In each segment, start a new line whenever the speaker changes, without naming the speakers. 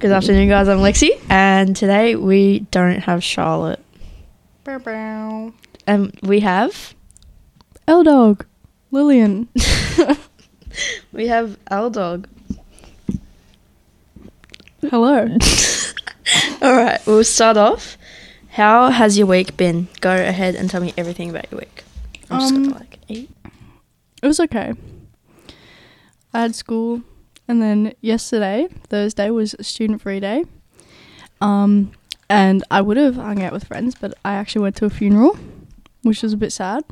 Good afternoon, guys. I'm Lexi, and today we don't have Charlotte.
Bow, bow.
Um, we have
L Dog, Lillian,
we have L Dog.
hello.
All right, we'll start off. How has your week been? Go ahead and tell me everything about your week. I'm just
Um,
gonna like eat.
It was okay. I had school, and then yesterday, Thursday, was student free day. Um, and I would have hung out with friends, but I actually went to a funeral, which was a bit sad.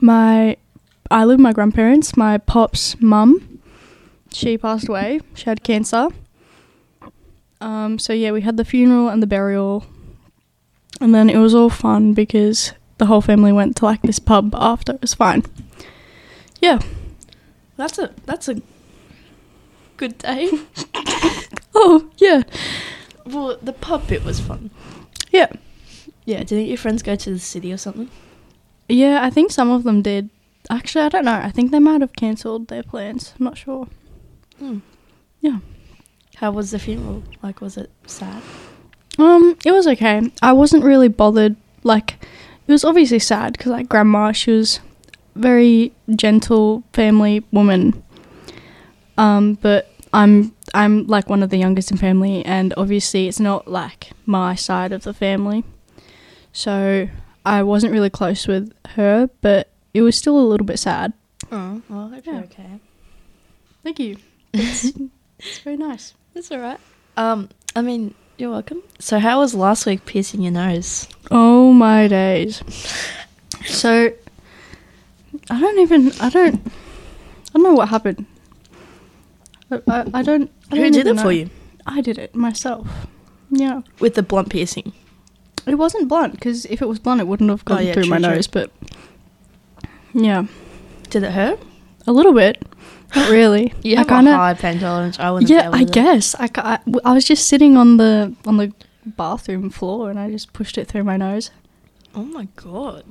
My, I live with my grandparents. My pop's mum, she passed away. She had cancer. Um, so yeah, we had the funeral and the burial, and then it was all fun because the whole family went to like this pub after. It was fine.
That's a that's a good day.
Oh yeah,
well, the pub bit was fun.
yeah,
Yeah, didn't your friends go to the city or something?
yeah. I think some of them did. Actually, I don't know. I think they might have cancelled their plans. I'm not sure.
Hmm. How was the funeral? Like, was it sad?
Um, it was okay. I wasn't really bothered. Like, it was obviously sad because like grandma, she was very gentle family woman. Um, but I'm I'm like one of the youngest in family, and obviously it's not like my side of the family, so I wasn't really close with her. But it was still a little bit sad.
Oh, well, I hope
Yeah.
you're okay.
Thank you. It's, it's very nice.
That's all right. Um, I mean, you're welcome. So, how was last week piercing your nose?
Oh my days. So I don't even I don't I don't know what happened. I, I, I don't I
Who
don't
did
even
it for
know.
you
I did it myself. Yeah.
with the blunt piercing?
It wasn't blunt because if it was blunt it wouldn't have
Oh,
gone
yeah,
through my
true, true.
nose but yeah,
Did it hurt?
a little bit. Not really.
You
I
have
kinda,
a high pain tolerance. I wouldn't.
Yeah,
be
I
able to-
guess. I, ca- I, w- I was just sitting on the on the bathroom floor and I just pushed it through my nose.
Oh my god.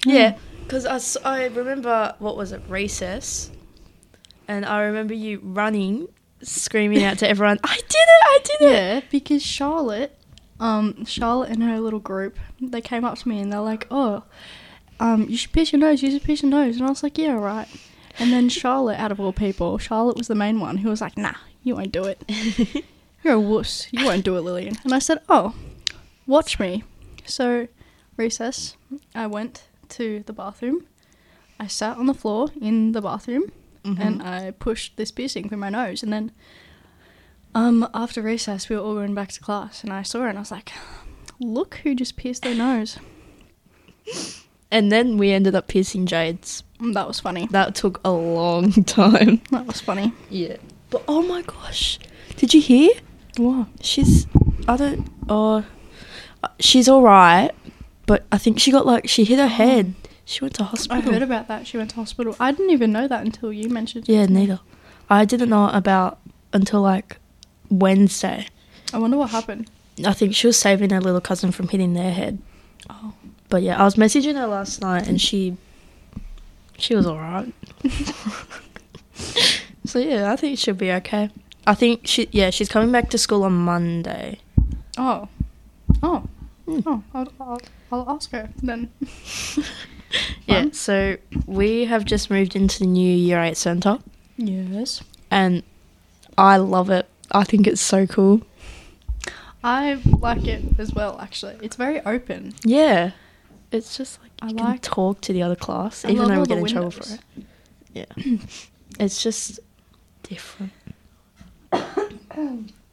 Mm.
Yeah, because I, s- I remember what was it recess, and I remember you running, screaming out to everyone, "I did it! I did it!"
Yeah, because Charlotte, um, Charlotte and her little group, they came up to me and they're like, "Oh, um, you should pierce your nose. You should pierce your nose." And I was like, "Yeah, right." And then Charlotte, out of all people, Charlotte was the main one who was like, "Nah, you won't do it. You're a wuss. You won't do it, Lillian." And I said, "Oh, watch me." So, recess, I went to the bathroom. I sat on the floor in the bathroom
Mm-hmm.
and I pushed this piercing through my nose. And then um, after recess, we were all going back to class, and I saw it, and I was like, "Look who just pierced their nose."
And then we ended up piercing Jade's.
Mm, That was funny.
That took a long time.
That was funny.
Yeah. But oh my gosh, did you hear?
Wow.
She's, I don't, uh, she's all right, but I think she got like she hit her head. She went to
Oh. I
hospital.
heard about that. She went to hospital. I didn't even know that until you mentioned it.
Yeah, neither. I didn't know about until like Wednesday.
I wonder what happened.
I think she was saving her little cousin from hitting their head.
Oh.
But yeah, I was messaging her last night, and she, she was all right. so yeah, I think she'll be okay. I think she, yeah, she's coming back to school on Monday.
Oh. Oh.
Mm.
Oh. I'll, I'll, I'll ask her then.
Yeah,
Fun.
so we have just moved into the new Year 8 Centre
Yes.
and I love it. I think it's so cool.
I like it as well. Actually, it's very open.
Yeah. It's just like
I
you
like.
can talk to the other class,
I
even
love
though we get in trouble
all the
for
windows.
it. Yeah. it's just different.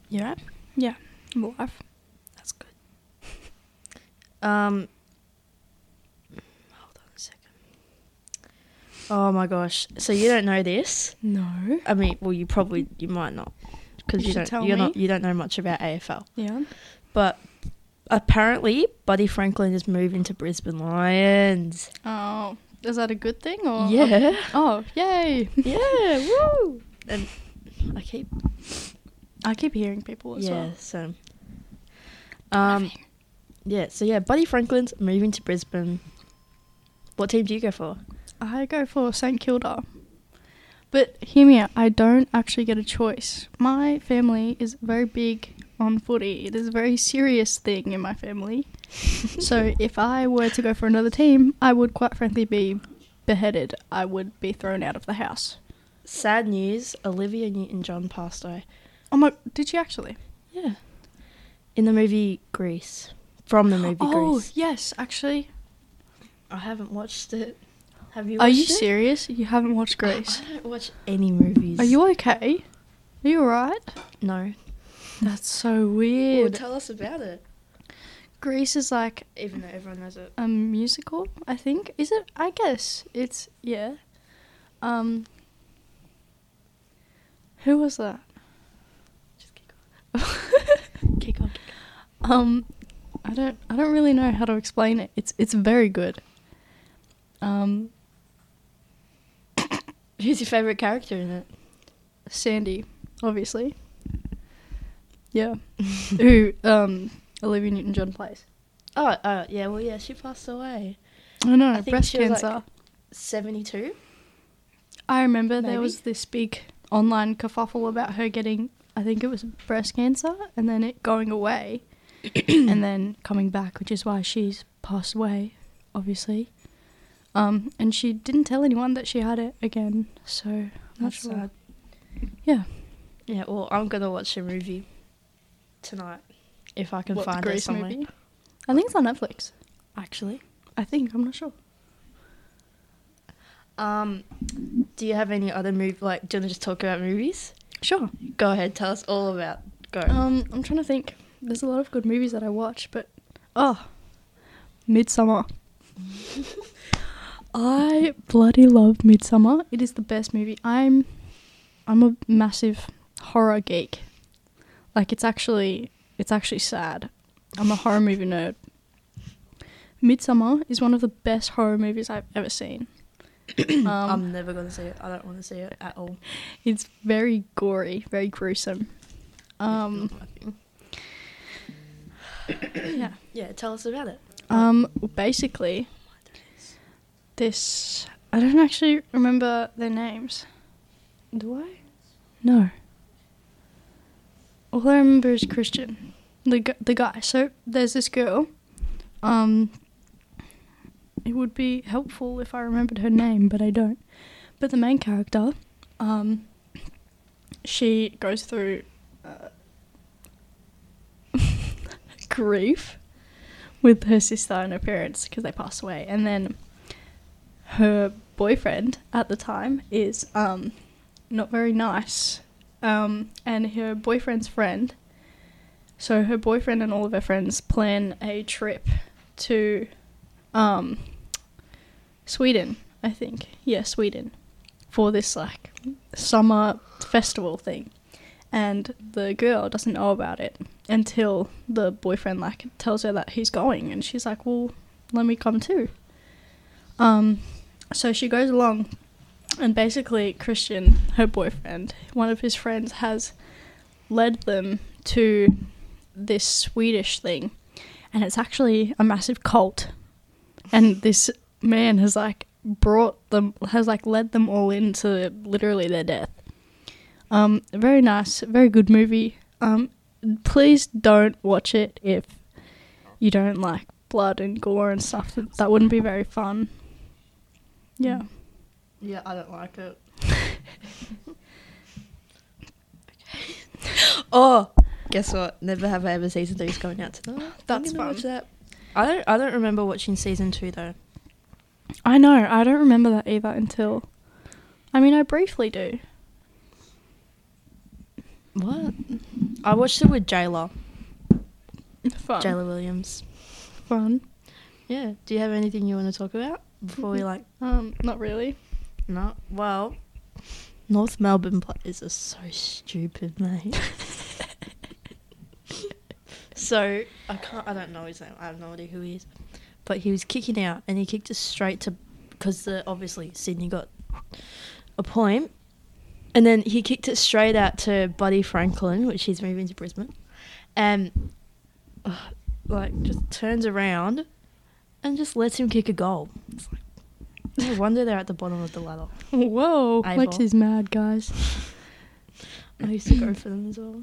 you right?
Life.
That's good. Um, hold on a second. Oh my gosh. So you don't know this.
No.
I mean, well, you probably you might not because
You
you,
should
don't
tell
you're not
me.
you don't know much about AFL.
Yeah.
But apparently, Buddy Franklin is moving to Brisbane Lions.
Oh, is that a good thing or?
yeah,
Oh, yay!
yeah, woo! And I keep
I keep hearing people as
yeah.
well.
So um, yeah. So yeah, Buddy Franklin's moving to Brisbane. What team do you go for?
I go for St Kilda, But hear me out. I don't actually get a choice. My family is very big on footy. It is a very serious thing in my family. so if I were to go for another team, I would quite frankly be beheaded. I would be thrown out of the house.
Sad news Olivia Newton John passed away.
Oh my! Did you actually?
Yeah. In the movie Grease. From the movie
oh
Grease.
yes, actually.
I haven't watched it. Have you
Are
watched
you
it?
serious? You haven't watched Grace.
I don't watch any movies.
Are you okay? Are you alright?
No.
That's so
Well,
weird.
tell us about it.
Grease is like
Even though everyone knows it.
a musical, I think. Is it? I guess it's yeah. Um. Who was that?
Just keep
Kick on. Um, I don't. I don't really know how to explain it. It's it's very good. Um,
going. Who's your favourite character in it?
Sandy, obviously. Yeah. Who um Olivia Newton John plays.
Oh, uh, yeah, well, yeah, she passed away.
I know
I think
Hmm, breast
she was,
cancer.
like, 72?
I remember
Maybe.
there was this big online kerfuffle about her getting, I think it was breast cancer, and then it going away, and then coming back, which is why she's passed away, obviously. Um, and she didn't tell anyone that she had it again, so I'm not
That's
sure.
sad.
Yeah,
Yeah, well, I'm going to watch a movie tonight if I can
What, the
find it
Grease
somewhere.
movie? I think it's on Netflix.
Actually.
I think I'm not sure.
Um, do you have any other move? Like, do you want to just talk about movies?
Sure.
Go ahead, tell us all about. Go.
Um, I'm trying to think. There's a lot of good movies that I watch, but oh, Midsummer. I bloody love Midsummer. It is the best movie. I'm, I'm a massive horror geek. Like it's actually, it's actually sad. I'm a horror movie nerd. Midsummer is one of the best horror movies I've ever seen. um,
I'm never gonna see it. I don't want to see it at all.
it's very gory, very gruesome. Um,
Not my thing.
yeah.
yeah, tell us about it.
Um, well, basically, this I don't actually remember their names. Do I? No. All I remember is Christian, the gu- the guy. So there's this girl. Um, it would be helpful if I remembered her name, but I don't. But the main character, um, she goes through uh, grief with her sister and her parents because they passed away, and then her boyfriend at the time is um, not very nice, um, and her boyfriend's friend. So her boyfriend and all of her friends plan a trip to um, Sweden, I think. Yeah, Sweden, for this like summer festival thing, and the girl doesn't know about it until the boyfriend like tells her that he's going and she's like well let me come too um so she goes along and basically christian her boyfriend one of his friends has led them to this swedish thing and it's actually a massive cult and this man has like brought them has like led them all into literally their death um very nice very good movie um please don't watch it if you don't like blood and gore and stuff. That, that wouldn't be very fun. Yeah.
Yeah, I don't like it. oh, guess what? Never have I ever. Season three is coming out tonight. I'm
That's
gonna
fun.
watch that. I don't. I don't remember watching season two though.
I know. I don't remember that either until. I mean, I briefly do.
What? I watched it with Jayla.
Fun.
Jayla Williams.
Fun.
Yeah. Do you have anything you want to talk about before we like?
Um, not really.
No. Well, North Melbourne players are so stupid, mate. so I can't. I don't know his name. I have no idea who he is. But he was kicking out, and he kicked us straight to because the obviously Sydney got a point, and then he kicked it straight out to Buddy Franklin, which he's moving to Brisbane, and ugh, like just turns around and just lets him kick a goal. It's like, No wonder they're at the bottom of the ladder.
Whoa,
Eyeball.
Lexi's mad, guys.
I used to go for them as well.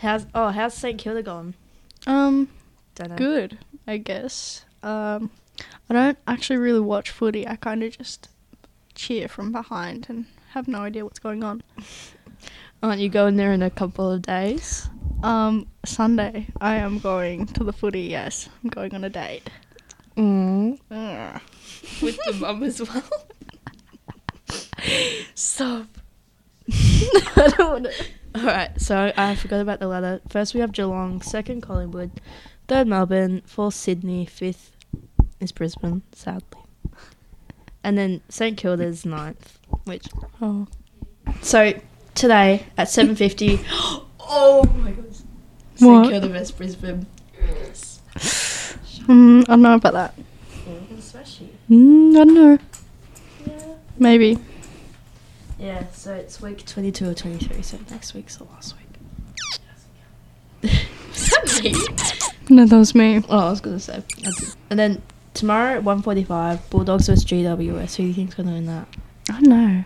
How's oh how's St Kilda gone?
Um,
Don't know.
good, I guess. Um, I don't actually really watch footy. I kind of just cheer from behind and have no idea what's going on.
Aren't you going there in a couple of days?
Um, Sunday, I am going to the footy. Yes, I'm going on a date.
Mm.
Ugh.
With the mum as well. Stop.
I don't want to.
All right, so I forgot about the ladder. First we have Geelong, second Collingwood, third Melbourne, fourth Sydney, fifth is Brisbane, sadly, and then St Kilda's ninth, which
Oh,
So today at seven fifty. oh my gosh.
What?
St Kilda versus Brisbane. Yes.
mm, I don't know about that.
Especially.
Mm, I don't know.
Yeah.
Maybe.
Yeah. So it's week twenty-two or twenty-three. So next week's the last week. Was that me?
No, that was me.
Oh, I was gonna say. I did. And then tomorrow at one forty-five, Bulldogs versus GWS. Who do you think's gonna win that?
I don't know.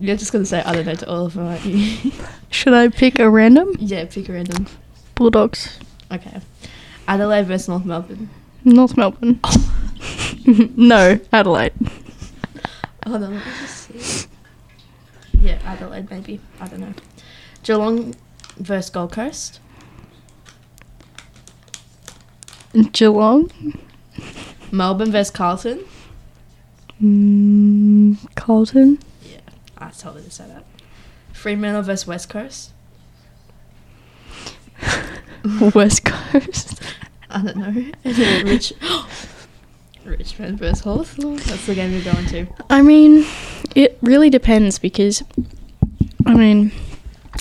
You're just gonna say I don't know to all of them, aren't you?
Should I pick a random?
yeah, pick a random.
Bulldogs.
Okay. Adelaide versus North Melbourne.
North Melbourne. Oh. no, Adelaide.
Hold on, let me just see. Oh, Yeah, Adelaide maybe. I don't know. Geelong versus Gold Coast.
Geelong.
Melbourne versus Carlton.
Mm, Carlton.
Yeah, I told her to say that. Fremantle versus West Coast.
West Coast.
I don't know. And then Rich- Richmond versus Hawthorn. That's the game we're going to.
I mean, it really depends because, I mean,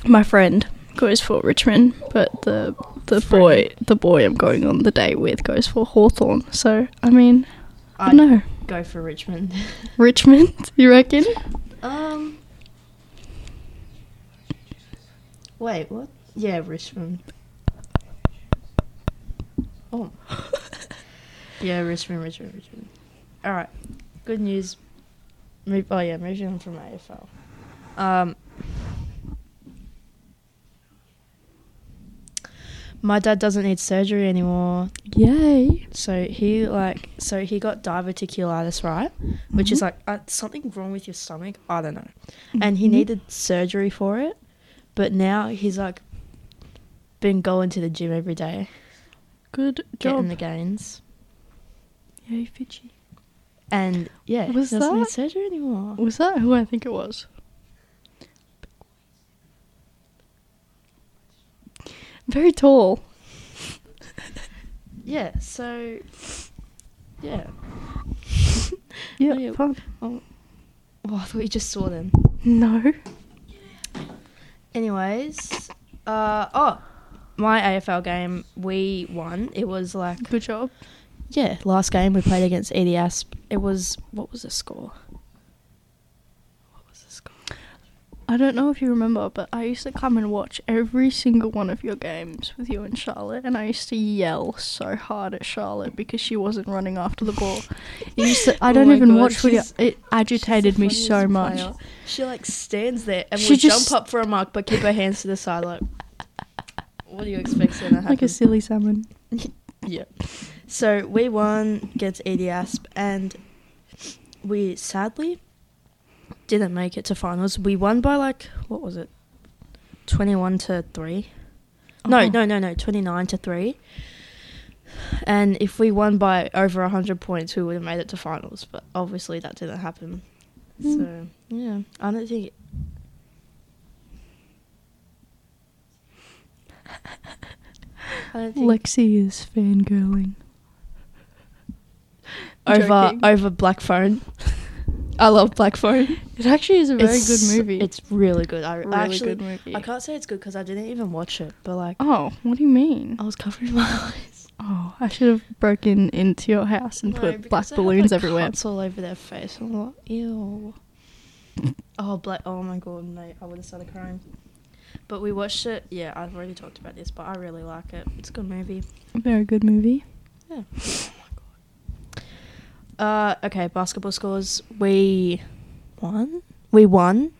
my friend goes for Richmond, but the the boy the boy I'm going on the date with goes for Hawthorn. So I mean, I
I'd
don't know.
go for Richmond.
Richmond, you reckon?
um. Wait, what? Yeah, Richmond. Oh. Yeah, Richmond, Richmond, Richmond. All right. Good news. Move, oh yeah, moving on from AFL. Um, my dad doesn't need surgery anymore,
Yay!
so he like so he got diverticulitis, right? Which is like uh, something wrong with your stomach. I don't know. And he
Mhm.
needed surgery for it, but now he's like been going to the gym every day,
Good
getting
job.
the gains.
Yay, Fitchy.
And yeah,
Was
he doesn't need
that-
surgery anymore.
Was that who I think it was? Very tall.
Yeah, so yeah.
Yeah,
yeah.
fun.
Oh, I thought you just saw them.
No.
Anyways, uh oh, my AFL game we won. It was like
Good job.
yeah, last game we played against Edie Asp. It was what was the score? What was the score?
I don't know if you remember, but I used to come and watch every single one of your games with you and Charlotte, and I used to yell so hard at Charlotte because she wasn't running after the ball. It used to, I
Oh
don't
my
even
God,
watch video.
she's-
It agitated
She's the
me so
funniest
much.
player. She like stands there and
She
will
just-
jump up for a mark, but keep her hands to the side. Like, what do you expect's gonna happen?
Like a silly salmon.
Yeah. So we won against EDASP and we sadly didn't make it to finals. We won by like what was it? Twenty one to three. No,
Oh.
no, no, no, twenty nine to three. And if we won by over hundred points we would have made it to finals, but obviously that didn't happen.
Mm.
So yeah. I don't think I don't think
Lexi is fangirling.
over
Joking.
over Black Phone. I love Black Phone.
It actually is a very good movie.
It's really good. I
really
actually
good movie.
I can't say it's good because I didn't even watch it, but like
Oh, what do you mean?
I was covering my eyes.
Oh, I should have broken into your house and
No,
put black
because they had,
balloons
like,
everywhere.
Cuts all over their face. I'm like, ew. Oh black. Oh my god, mate! I would have started crying. But we watched it. Yeah, I've already talked about this, but I really like it. It's a good movie.
Very good movie.
Yeah. Oh Uh, okay, basketball scores. We won. We won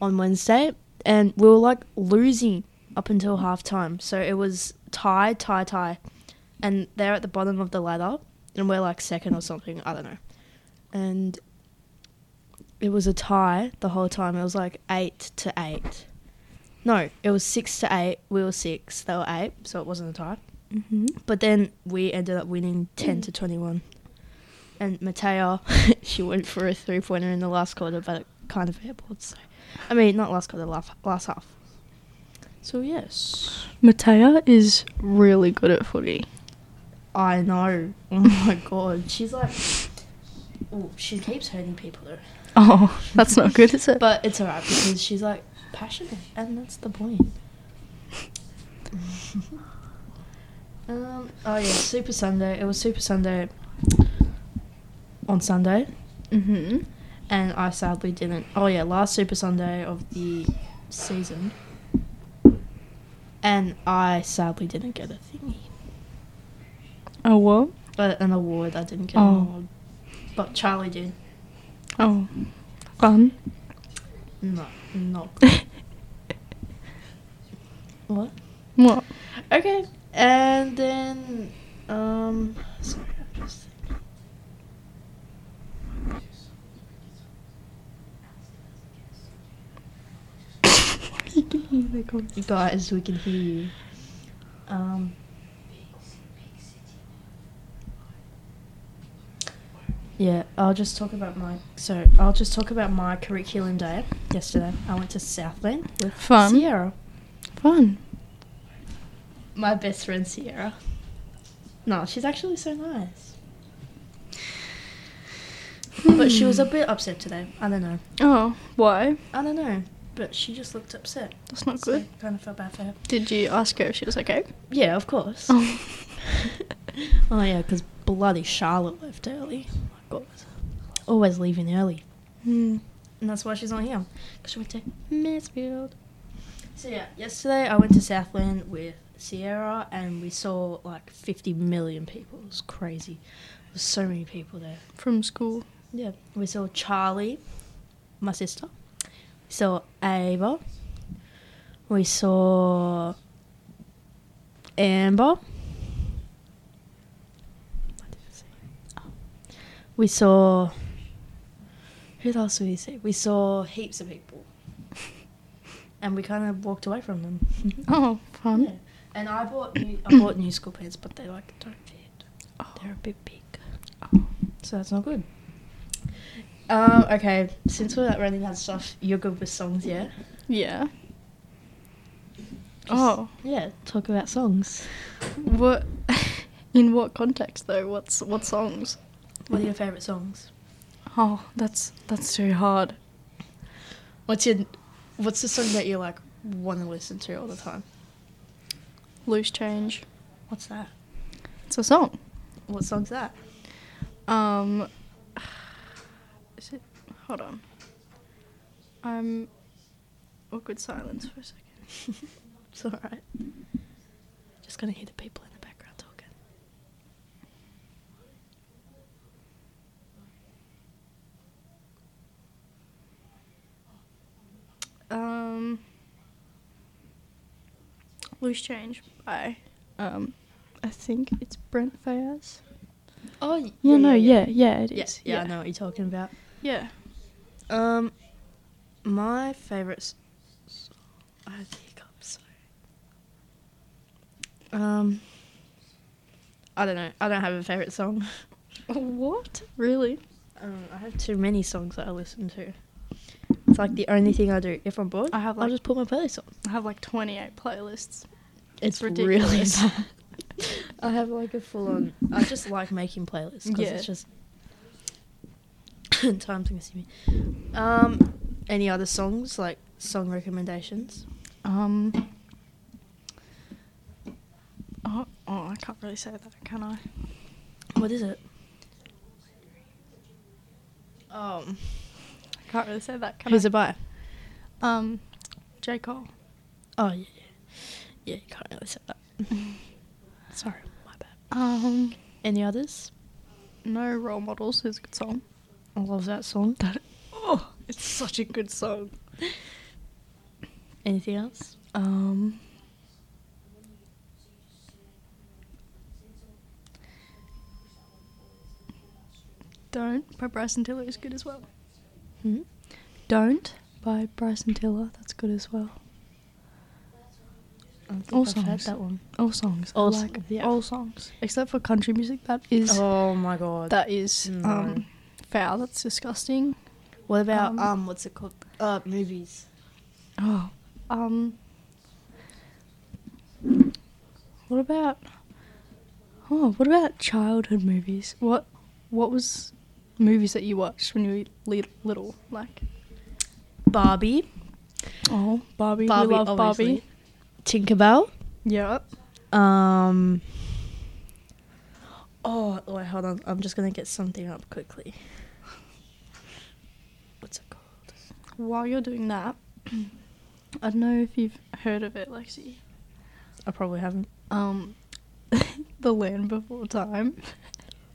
on Wednesday, and we were like losing up until halftime. So it was tie, tie, tie, and they're at the bottom of the ladder, and we're like second or something. I don't know. And it was a tie the whole time. It was like eight to eight. No, it was six to eight. We were six. They were eight, so it wasn't a tie.
Mm-hmm.
But then we ended up winning 10 to 21. And Mateo, she went for a three pointer in the last quarter, but it kind of airborne. So, I mean, not last quarter, last, last half. So, yes.
Matea is really good at footy.
I know. Oh my god. She's like. Ooh, she keeps hurting people though.
Oh, that's not good, is it?
But it's alright because she's like passionate, and that's the point. um, oh, yeah, Super Sunday. It was Super Sunday on Sunday.
mm-hmm.
and I sadly didn't. Oh yeah, last Super Sunday of the season, and I sadly didn't get a thingy,
Oh what?
uh, an award. I didn't get an
Oh.
award, but Charlie did.
Oh, fun.
No, not good. what?
What?
Okay, and then um, sorry, I'm just. thinking.
you can hear the comments.
You guys, we can hear you. Um. Yeah, I'll just talk about my so I'll just talk about my curriculum day yesterday. I went to Southland with
Fun.
Sierra,
Fun.
my best friend Sierra. No, she's actually so nice, but she was a bit upset today. I don't know.
Oh, why?
I don't know, but she just looked upset.
That's not
So
good.
kind of felt bad for her.
Did you ask her if she was okay?
Yeah, of course.
Oh. Uh,
Oh yeah, because bloody Charlotte left early. Oh my god, always leaving early,
Hmm.
and that's why she's not here. Because she went to Mansfield. So yeah, yesterday I went to Southland with Sierra, and we saw like 50 million people. It was crazy. There's so many people there.
From school.
Yeah, we saw Charlie, my sister. We saw Ava. We saw Amber. We saw. Who else did we see? We saw heaps of people. And we kind of walked away from them.
Oh, fun.
Yeah. And I bought new, I bought new school pants, but they like don't fit.
Oh.
They're a bit big.
Oh.
So that's not good. Um, okay, since we're like running out of stuff, you're good with songs, yeah?
Yeah.
Just-
Oh,
Yeah, talk about songs.
what? In what context though? What's what songs?
What are your favourite songs?
Oh, that's that's too hard.
What's your what's the song that you like wanna listen to all the time?
Loose change.
What's that?
It's a song.
What song's that?
Um, is it? Hold on. Um, awkward silence for a second.
It's alright. Just gonna hear the people in the background talking.
Um, loose change by um, I think it's Brent Fayez.
Oh yeah,
Yeah, no, yeah, yeah, it
Yeah,
is.
yeah, I know what you're talking about.
yeah.
Um, my favorite. s- s- I had the hiccups. Sorry. Um, I don't know. I don't have a favorite song.
What? Really?
Um, I have too many songs that I listen to. It's like the only thing I do. If I'm bored,
I have,
I'll
like-
just put my playlist on.
I have like 28 playlists.
It's,
ridiculous.
really bad. I have like a full on. I just like making playlists because
Yeah.
it's just time consuming. Um, any other songs like song recommendations?
Um. Oh, oh, I can't really say that, can I?
What is it? Um,
I can't really say that, can
who's
I?
it by?
um, J Cole.
Oh yeah, yeah, yeah. You can't really say that. Sorry, my bad.
Um,
Any others?
No Role Models is a good song.
I love that song.
Oh, it's such a good song.
Anything else?
Um, Don't by Bryson Tiller is good as well.
Hmm?
Don't by Bryson Tiller, that's good as well.
I don't think
All
I've heard
songs.
that one.
All songs,
All
all like
songs, yeah.
all songs except for country music. That is
Oh my god.
that is
No.
um foul. That's disgusting.
what about
um,
um, what's it called? Uh movies.
Oh, um, what about? Oh, what about childhood movies? What, what was movies that you watched when you were li- little? Like,
Barbie.
oh, Barbie.
Barbie,
we love
obviously.
Barbie.
Tinkerbell.
Yep.
Um Oh wait, hold on. I'm just gonna get something up quickly. What's it called?
While you're doing that, I don't know if you've heard of it, Lexi.
I probably haven't.
Um, the Land Before Time,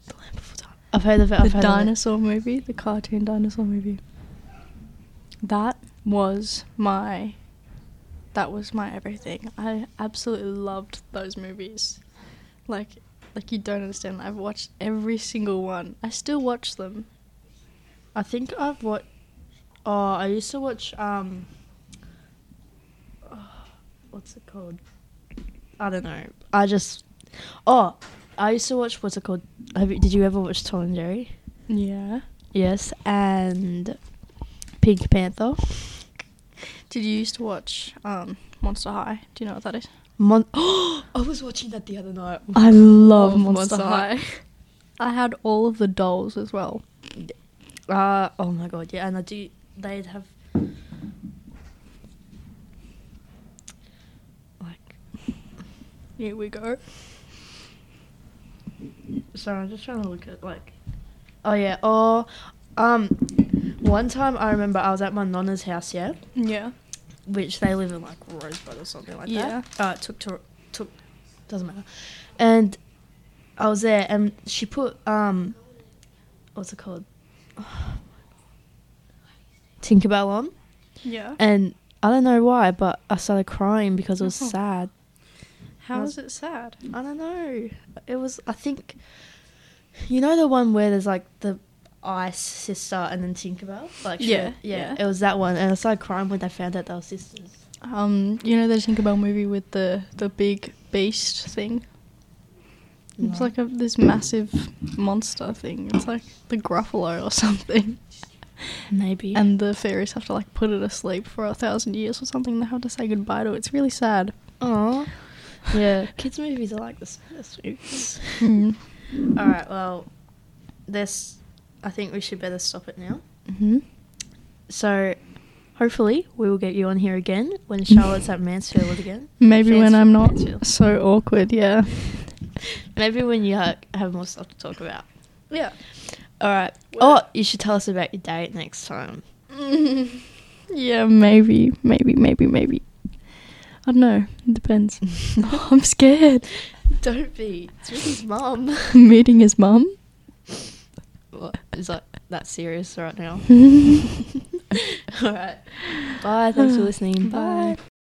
The Land Before Time. I've heard of it. I've
the
heard
dinosaur movie, the cartoon dinosaur movie. That was my that was my everything. I absolutely loved those movies. Like like you don't understand. I've watched every single one. I still watch them.
Of it. I think I've watched. Oh, I used to watch. Um, oh, what's it called? I don't know. I just. Oh, I used to watch. What's it called? Have you, did you ever watch Tom and Jerry?
Yeah.
Yes, and Pink Panther.
Did you used to watch um Monster High? Do you know what that is?
Mon- I was watching that the other night. Oh,
I love
Monster
I had all of the dolls as well.
Uh, oh my god, yeah, and I do. They'd have like.
Here we go.
Sorry, I'm just trying to look at like. Oh yeah. Oh, um, one time I remember I was at my nonna's house. Yeah,
Yeah.
which they live in like Rosebud or something like
Yeah.
that. Uh, took to took doesn't matter, and I was there, and she put um, what's it called? Tinkerbell on,
Yeah.
and I don't know why, but I started crying because it was
Oh.
sad.
How is it sad?
I don't know. It was. I think. You know the one where there's like the Ice sister and then Tinkerbell. Like she-
Yeah,
yeah,
yeah.
It was that one, and I started crying when I found out they were sisters.
Um, you know the Tinkerbell movie with the the big beast thing? It's
No.
like a this massive monster thing. It's like the Gruffalo or something.
maybe.
And the fairies have to like put it asleep for a thousand years or something. They have to say goodbye to it. It's really sad.
Aw. Yeah. Kids' movies are like the saddest movies.
mm-hmm.
All right. Well, this. I think we should better stop it now.
Mm-hmm.
So, hopefully, we will get you on here again when Charlotte's at Mansfield again.
Maybe when
Mansfield-
I'm not
Mansfield.
so awkward, yeah.
Maybe when you ha- have more stuff to talk about.
Yeah.
All right. Oh,
Well-
you should tell us about your date next time. Oh,
yeah, maybe, maybe, maybe, maybe. I don't know. It depends. I'm scared.
Don't be. It's with his mum.
Meeting his mum.
What? Is that that serious right now?
Bye.
All right. Bye. Thanks for listening. Bye.